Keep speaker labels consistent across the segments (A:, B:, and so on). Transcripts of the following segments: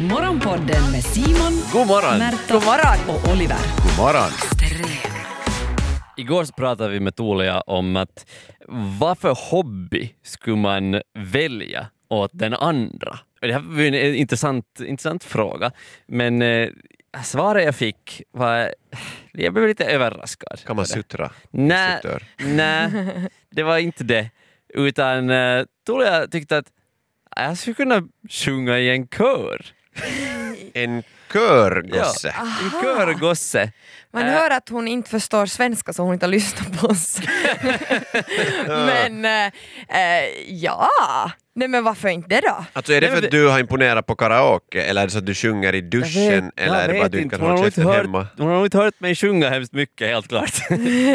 A: Morgonpodden med Simon,
B: God morgon!
A: Märta
C: God morgon.
A: och Oliver.
D: God morgon.
B: Igår så pratade vi med Tuulia om att vad för hobby skulle man välja åt den andra? Och Det här var ju en intressant, intressant fråga, men eh, svaret jag fick var... Jag blev lite överraskad.
D: Kan man suttra?
B: Nej,
D: Suttör.
B: nej, det var inte det. Utan eh, Tuulia tyckte att jag skulle kunna sjunga i en kör.
D: En körgosse.
B: En körgosse.
C: Man
B: Äh.
C: hör att hon inte förstår svenska så hon inte har lyssnat på oss. men eh, eh, ja, nej men varför inte det då?
D: Alltså är det
B: Nej,
D: för
B: men
D: att du har imponerat på karaoke eller är det så att du sjunger i duschen eller är det bara att du inte kan
B: hon, har
D: hålla
B: nog inte
D: käften
B: hört,
D: hemma?
B: hon har nog inte hört mig sjunga hemskt mycket, helt klart.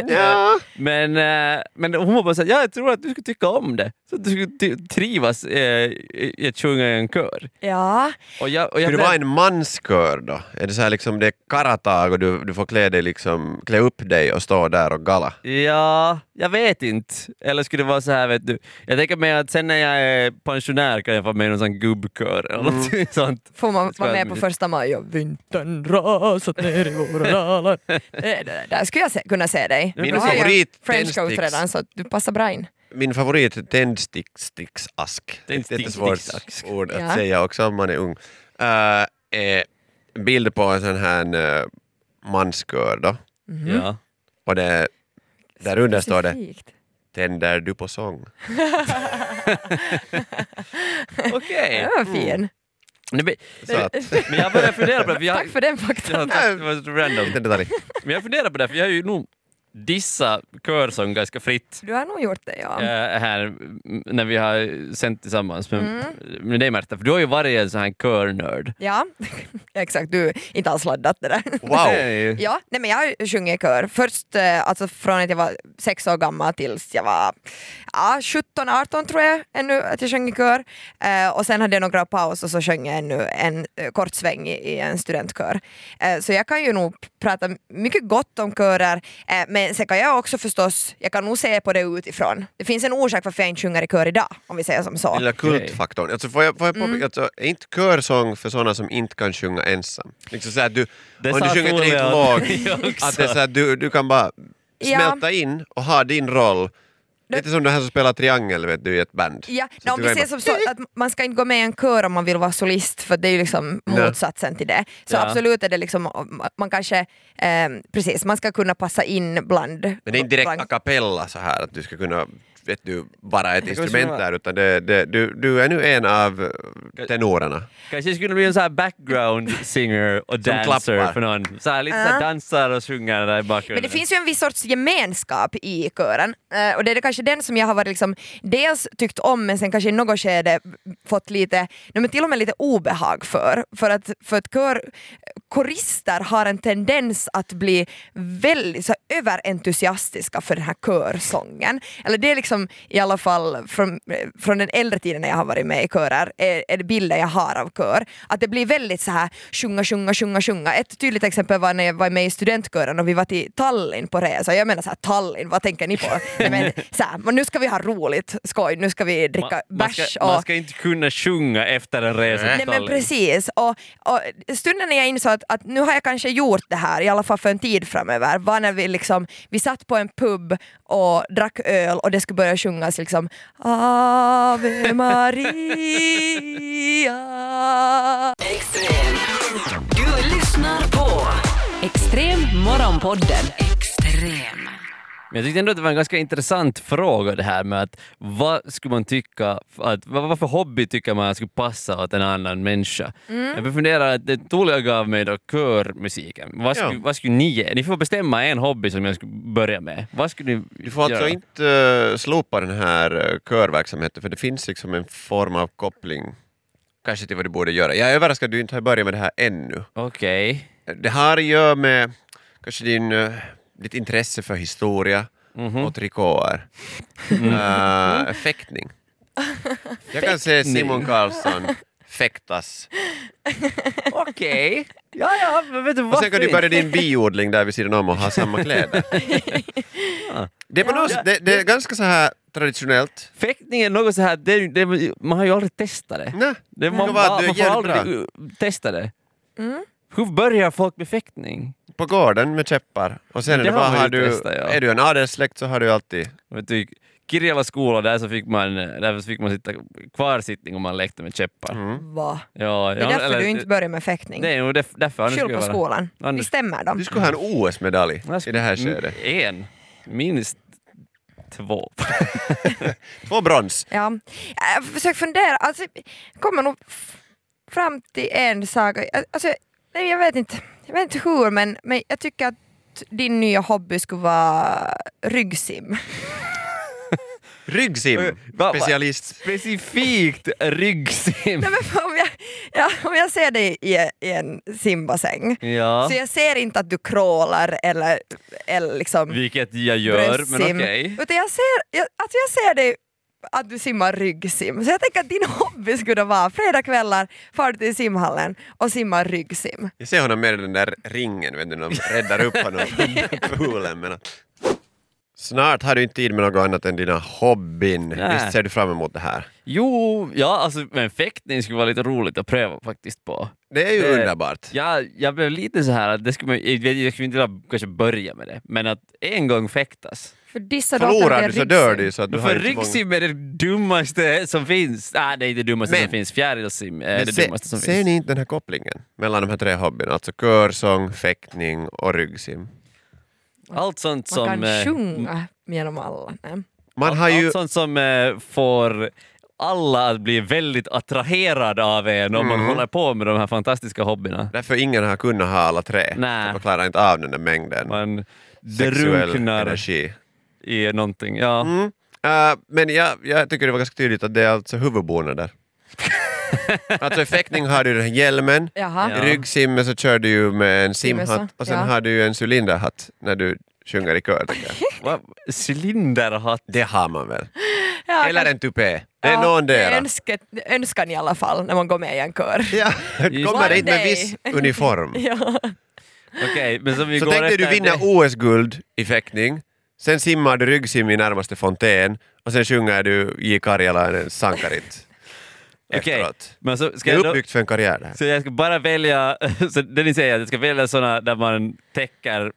D: Ja.
B: men, eh, men hon var bara såhär, ja, jag tror att du skulle tycka om det. Så att du skulle ty- trivas eh, i i att sjunga i en kör.
C: Ja,
B: Och jag, och jag
D: Skulle det
B: blev-
D: vara en manskör då? Är det så här liksom det är karatag och du, du får klä, dig liksom, klä upp dig och stå där och gala?
B: Ja, jag vet inte. Eller skulle det vara så här, vet du. Jag tänker mig att sen när jag är pensionär kan jag vara med i någon sån gubbkör eller något sånt.
C: får man
B: Det ska
C: vara
B: jag
C: med på
B: inte-
C: första maj och vintern rasat ner i våra dalar. Det- det- Där skulle jag se, kunna se dig.
B: Min
C: Du har ju
D: favorit
C: French coat
D: tändsticks.
C: redan så du passar bra in.
D: Min favorit tändsticksask. Jättesvårt
B: Tändsticksask.
D: ord att
C: Ja.
D: säga också om man är ung. Uh, är bild på en sån här eh, manskör då.
C: Mhm.
B: Ja.
D: Och det, där under står det
C: Specifikt.
D: “Tänder du på sång?”
B: Okej.
C: Den var
B: Mm.
C: fin.
B: Nej, men-
D: Så att,
B: Men jag börjar fundera på det. För jag,
C: Tack för den faktan.
B: Ja, tack, det var så random.
D: liten detalj.
B: Men jag funderar på det, för jag har ju nog dissat körsång ganska fritt
C: Du har nog gjort det ja.
B: eh, här m, när vi har sänt tillsammans med,
C: Mm.
B: med dig Märta, för du har ju varit en sån här körnörd.
C: Ja, exakt. Du är inte alls laddat det där.
D: Wow!
B: Nej.
C: Ja, nej men jag sjunger i kör. Först eh, alltså från att jag var sex år gammal tills jag var ja, 17, 18 tror jag ännu att jag sjöng i kör. Eh, och sen hade jag några paus och så sjöng jag ännu en eh, kort sväng i, i en studentkör. Eh, så jag kan ju nog prata mycket gott om körer eh, men sen kan jag också förstås, jag kan nog se på det utifrån. Det finns en orsak varför jag inte sjunger i kör idag om vi säger som så.
D: Den lilla kultfaktorn. Alltså får jag, får jag
C: Mm.
D: påpeka, alltså, är inte körsång för sådana som inte kan sjunga ensam? Liksom så här, du, om du
B: sa
D: sjunger ett
B: Tuulia
D: riktigt
B: jag
D: låg,
B: också.
D: att det är så här, du, du kan bara
C: Ja.
D: smälta in och ha din roll. Lite som den här som spelar triangel vet du, i ett band.
C: Ja,
D: Så
C: no,
D: att
C: om
D: du
C: vi
D: kan
C: säger
D: bara-
C: som så att man ska inte gå med i en kör om man vill vara solist för det är ju liksom
D: Nej.
C: motsatsen till det. Så
B: Ja.
C: absolut är det liksom, man kanske, ehm, precis, man ska kunna passa in bland.
D: Men det är inte direkt
C: bland,
D: a cappella så här att du ska kunna vet du, vara ett
B: ska
D: instrument
B: vara-
D: där utan det, det, du, du är nu en av tenorerna.
B: Kanske jag skulle bli en sån här background singer och
D: Som
B: dancer
D: klappar.
B: för någon. Så här, lite så här
C: Ja.
B: dansar och sjunger där i bakgrunden.
C: Men det finns ju en viss sorts gemenskap i kören Eh, och det är det kanske den som jag har varit liksom, dels tyckt om men sen kanske i något skede fått lite, nej, men till och med lite obehag för. För att, för att kör, korister har en tendens att bli väldigt så här, överentusiastiska för den här körsången. Eller det är liksom i alla fall från, eh, från den äldre tiden när jag har varit med i körer, är, är det bilden jag har av kör. Att det blir väldigt så här sjunga, sjunga, sjunga, sjunga. Ett tydligt exempel var när jag var med i studentkören och vi var till Tallinn på resa. Jag menar så här, Tallinn, vad tänker ni på? Nej, men, så här, men nu ska vi ha roligt, skoj, nu ska vi dricka
B: man,
C: bärs.
B: ska,
C: och...
B: man ska inte kunna sjunga efter en resa till
C: Nej men
B: Tallinn.
C: precis, och, och stunden när jag insåg att, att nu har jag kanske gjort det här, i alla fall för en tid framöver, var när vi liksom, vi satt på en pub och drack öl och det skulle börja sjungas liksom Ave Maria
A: Extrem. Du lyssnar på Extrem morgonpodden. Extrem.
B: Men jag tyckte ändå att det var en ganska intressant fråga det här med att vad skulle man tycka, att, vad, vad för hobby tycker man skulle passa åt en annan människa?
D: Mm.
B: Jag funderar, att det Tuulia gav mig då körmusiken, vad skulle,
D: Ja.
B: vad skulle ni ge? Ni får bestämma en hobby som jag skulle börja med. Vad skulle ni
D: Du får alltså
B: göra?
D: inte eh, slopa den här eh, körverksamheten för det finns liksom en form av koppling kanske till vad du borde göra. Jag är överraskad att du inte har börjat med det här ännu.
B: Okej.
D: Det här gör med kanske din, eh, ditt intresse för historia och trikåer. Eh, fäktning. Jag kan se Simon Karlsson fäktas.
B: Okej. Ja, ja, men vet du
D: Och
B: varför
D: sen kan du
B: inte?
D: börja din biodling där vid sidan om och ha samma kläder. Det är, på något, sätt- det, det är ganska så här traditionellt.
B: Fäktning är något så här, det, det, man har ju aldrig testat det.
D: Nej.
B: det man,
D: Vad,
B: man,
D: du Mm. är
B: man får
D: jävligt
B: aldrig uh, testa det. Hur börjar folk med fäktning?
D: På gården med käppar. Och sen är
B: Det
D: det
B: har
D: bara,
B: man ju
D: har du,
B: testat, ja.
D: är du en adelssläkt så har du alltid...
B: Vet du, i Kirjala skola, där så fick man, där så fick man sitta kvarsittning om man lekte med käppar.
D: Mm.
C: Va?
B: Ja,
C: Det är
B: ja,
C: därför
B: eller-
C: du inte börjar med fäktning.
B: Det är nog därf- därför. annars
C: Skyll
B: skulle jag
C: på
B: vara-
C: skolan. Vi
B: Anders-
C: stämmer
D: Du
C: dem.
D: skulle ha en
B: Mm.
D: OS-medalj
B: annars-
D: i det här skedet.
B: En. Minst två.
D: Två brons.
C: Ja. Jag försöker fundera, alltså, jag kommer nog f- fram till en sak. Alltså, nej, jag, vet inte, jag vet inte hur men, men jag tycker att din nya hobby skulle vara ryggsim.
D: Ryggsim.
B: va-
D: Specialist.
B: Specifikt ryggsim.
C: Nej, men om, jag, ja, om jag ser dig i, i en simbassäng
B: Ja,
C: så jag ser inte att du krålar eller, eller liksom
B: vilket jag gör, men
C: bröstsim.
B: okej.
C: Utan jag ser, jag, alltså jag ser dig att du simmar ryggsim. Så jag tänker att din hobby skulle vara fredagkvällar, far du till simhallen och simma ryggsim.
D: Jag ser honom med den där ringen, vet du, när de räddar upp honom från poolen. Men att... Snart har du inte tid med något annat än dina hobbyn.
B: Nej.
D: Visst ser du fram emot det här?
B: Jo, ja, alltså, men fäktning skulle vara lite roligt att pröva faktiskt på.
D: Det är ju
B: Det-
D: underbart.
B: Jag, jag blev lite så här att det skulle, man- jag, vet- jag skulle inte vilja kanske börja med det, men att en gång fäktas.
C: För dissar du alltid
D: Förlorar
C: att
D: du
C: det
D: så
C: är
D: dör
C: ryggsim?
D: du. Så att du har
B: För
D: inte så många-
B: ryggsim är det dummaste som finns. Ah, Nej, det är inte det dummaste
D: Men-
B: som finns. Fjärilsim är
D: Men
B: det
D: se-
B: dummaste som
D: ser
B: finns.
D: ni inte den här kopplingen mellan de här tre hobbyerna? Alltså körsång, fäktning och ryggsim.
B: Allt sånt
C: Man
B: som...
C: kan
B: eh,
C: sjunga genom alla. Nej.
D: Man har ju...
B: Allt sånt som eh, får alla att bli väldigt attraherade av en om
D: Mm.
B: man håller på med de här fantastiska hobbyerna.
D: Därför ingen har kunnat ha alla tre.
B: Nej.
D: Man klarar inte av den där mängden
B: Man
D: sexuell
B: drunknar
D: energi.
B: i någonting. Ja.
D: Mm. Eh, men jag, jag tycker det var ganska tydligt att det är alltså huvudbonader. alltså i fäktning har du den här hjälmen,
C: Jaha.
B: Ja.
D: i ryggsimmen så kör du ju med en
C: Simössa,
D: simhatt och sen
C: ja.
D: har du ju en cylinderhatt när du sjunger i kör. tycker jag.
B: Va? Cylinderhatt.
D: Det har man väl?
C: Ja,
D: Eller
C: kanske-
D: en tupé. Det är
C: ja,
D: någondera.
C: det är önske, önskan i alla fall när man går med i en kör.
D: Ja,
B: Just
D: kommer
B: det.
D: dit med
C: One
D: viss uniform.
C: Ja.
B: Okej, men som vi
D: Så
B: går
D: tänkte du
B: efter-
D: vinna OS-guld i fäktning, sen simmar du ryggsim i närmaste fontän och sen sjunger du J. Karjalainen Sankarit
B: Okej,
D: efteråt.
B: men så ska
D: Det är
B: jag då...
D: uppbyggt för en karriär det här.
B: Så jag ska bara välja, så det ni säger, att jag ska välja såna där man täcker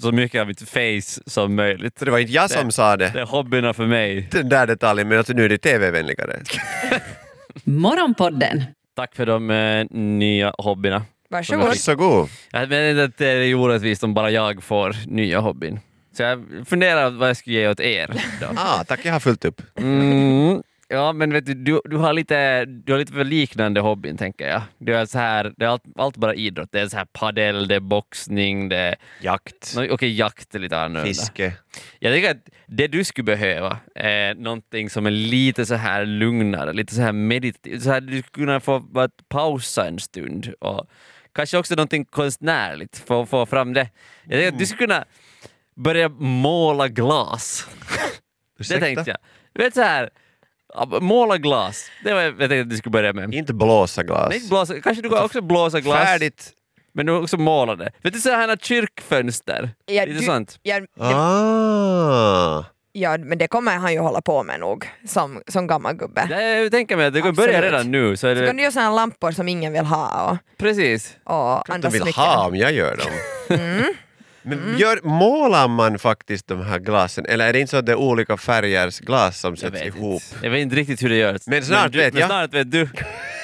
B: så mycket av mitt face som möjligt.
D: Så det var inte jag som sa
B: Det
D: det,
B: är hobbyerna för mig.
D: den där detaljen, men alltså nu är det TV-vänligare.
A: Morgonpodden
B: Tack för de eh, nya hobbyerna.
C: Varsågod.
D: Varsågod.
B: Jag menar att det är orättvist om bara jag får nya hobbyn. Så jag funderar vad jag ska ge åt er. Då.
D: Ah, tack, jag har fullt upp.
B: Mm. Ja, men vet du, du, du, har lite, du har lite för liknande hobbyn, tänker jag. Du är så här, det är allt, allt bara idrott. Det är så här padel, det är boxning, det är...
D: Jakt,
B: nå- Okej, jakt är lite annorlunda.
D: fiske.
B: Jag tycker att det du skulle behöva är någonting som är lite så här lugnare, lite så här meditativt. Så här, du skulle kunna få bara pausa en stund och kanske också någonting konstnärligt för att få fram det. Jag tycker att
C: Mm.
B: du skulle kunna börja måla glas. Det tänkte jag. Du vet så här, ja, måla glas. Det var jag tänkte att du skulle börja med.
D: Inte blåsa glas.
B: Nej, inte blåsa, kanske du kan också blåsa glas,
D: Färdigt.
B: men du också måla det. Vet du så här kyrkfönster?
C: Ja,
B: lite
C: du-
B: sånt.
C: Ja, det,
D: Ah.
C: ja, men det kommer han ju hålla på med nog, som, som gammal gubbe.
B: Jag tänker mig att det kan börja
C: Absolut.
B: redan nu. Så är
C: Så
B: det,
C: kan du göra såna här lampor som ingen vill ha och,
B: Precis.
C: och
D: de
C: andra
D: vill
C: smycken.
D: ha om jag gör dem.
B: Mm.
D: Men gör, målar man faktiskt de här glasen eller är det inte så att det är olika färgers glas som sätts ihop?
B: Inte. Jag vet inte riktigt hur det görs.
D: Men snart
B: du,
D: vet
B: men
D: jag.
B: Snart vet du.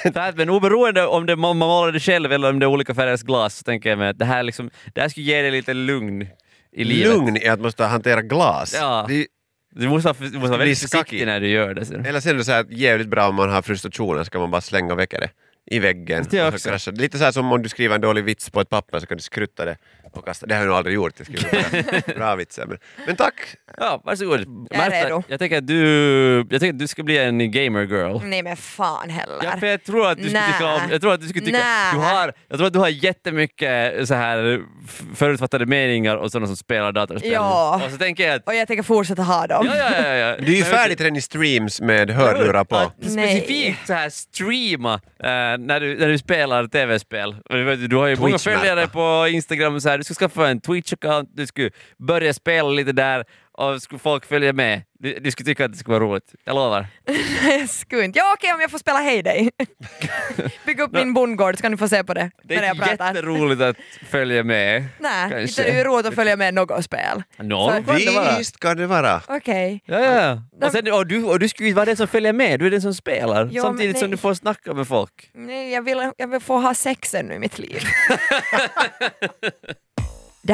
B: Så här, men oberoende om det, man målar det själv eller om det är olika färgers glas så tänker jag mig att det här, liksom, det här skulle ge dig lite lugn i livet.
D: Lugn i att måste hantera glas.
B: Ja.
D: Det är-
B: Du måste, vara- du måste vara
D: bli
B: väldigt
D: skackig.
B: försiktig när du gör det. Sen.
D: eller sen är det så här att jävligt bra om man har frustrationer så kan man bara slänga och väcka det i väggen.
B: Det
D: och så
B: också.
D: kraschar det. Lite så här som om du skriver en dålig vits på ett papper så kan du skrutta det och kasta. Det har jag nog aldrig gjort. Jag skriver bara bra vitser. Men, men tack!
B: Ja, varsågod.
C: redo.
B: jag tänker att du, jag tänker att du ska bli en gamer girl.
D: Mm.
C: Nej men fan heller.
B: Ja, för jag tror att du skulle
C: Nä.
B: tycka om, jag tror att du skulle tycka,
C: Nä.
B: du har, jag tror att du har jättemycket så här f- förutfattade meningar och sådana som spelar datorspel.
C: Ja.
B: Och så tänker jag att,
C: Och jag tänker fortsätta ha dem.
B: ja, ja, ja, ja.
D: Du är ju färdigt redan i streams med hörlurar på.
B: Att specifikt så här streama eh, när, du, när du spelar tv-spel. Och du vet, Du har ju många
D: Twitch-märka.
B: följare på Instagram, och så här, du ska skaffa en Twitch-account, du ska börja spela lite där och skulle folk följa med. Du, du skulle tycka att det skulle vara roligt, jag lovar.
C: Jag skulle inte. Ja okej om jag får spela Hay Day. Bygg upp min bondgård så kan du få se på det.
B: Det
C: när
B: är
C: jag
B: inte
C: pratar.
B: jätteroligt att följa med.
C: Nej,
B: kanske.
C: inte det är ju roligt att följa med något spel.
B: Nå,
C: Så-
B: kan det vara.
D: Visst kan det vara.
C: Okej.
B: Ja, ja. Och, sen, och, du, och du skulle ju vara den som följer med, du är den som spelar.
C: Ja,
B: samtidigt
C: men
B: som
C: nej.
B: du får snacka med folk.
C: Nej, jag vill, jag vill få ha sex ännu i mitt liv. Det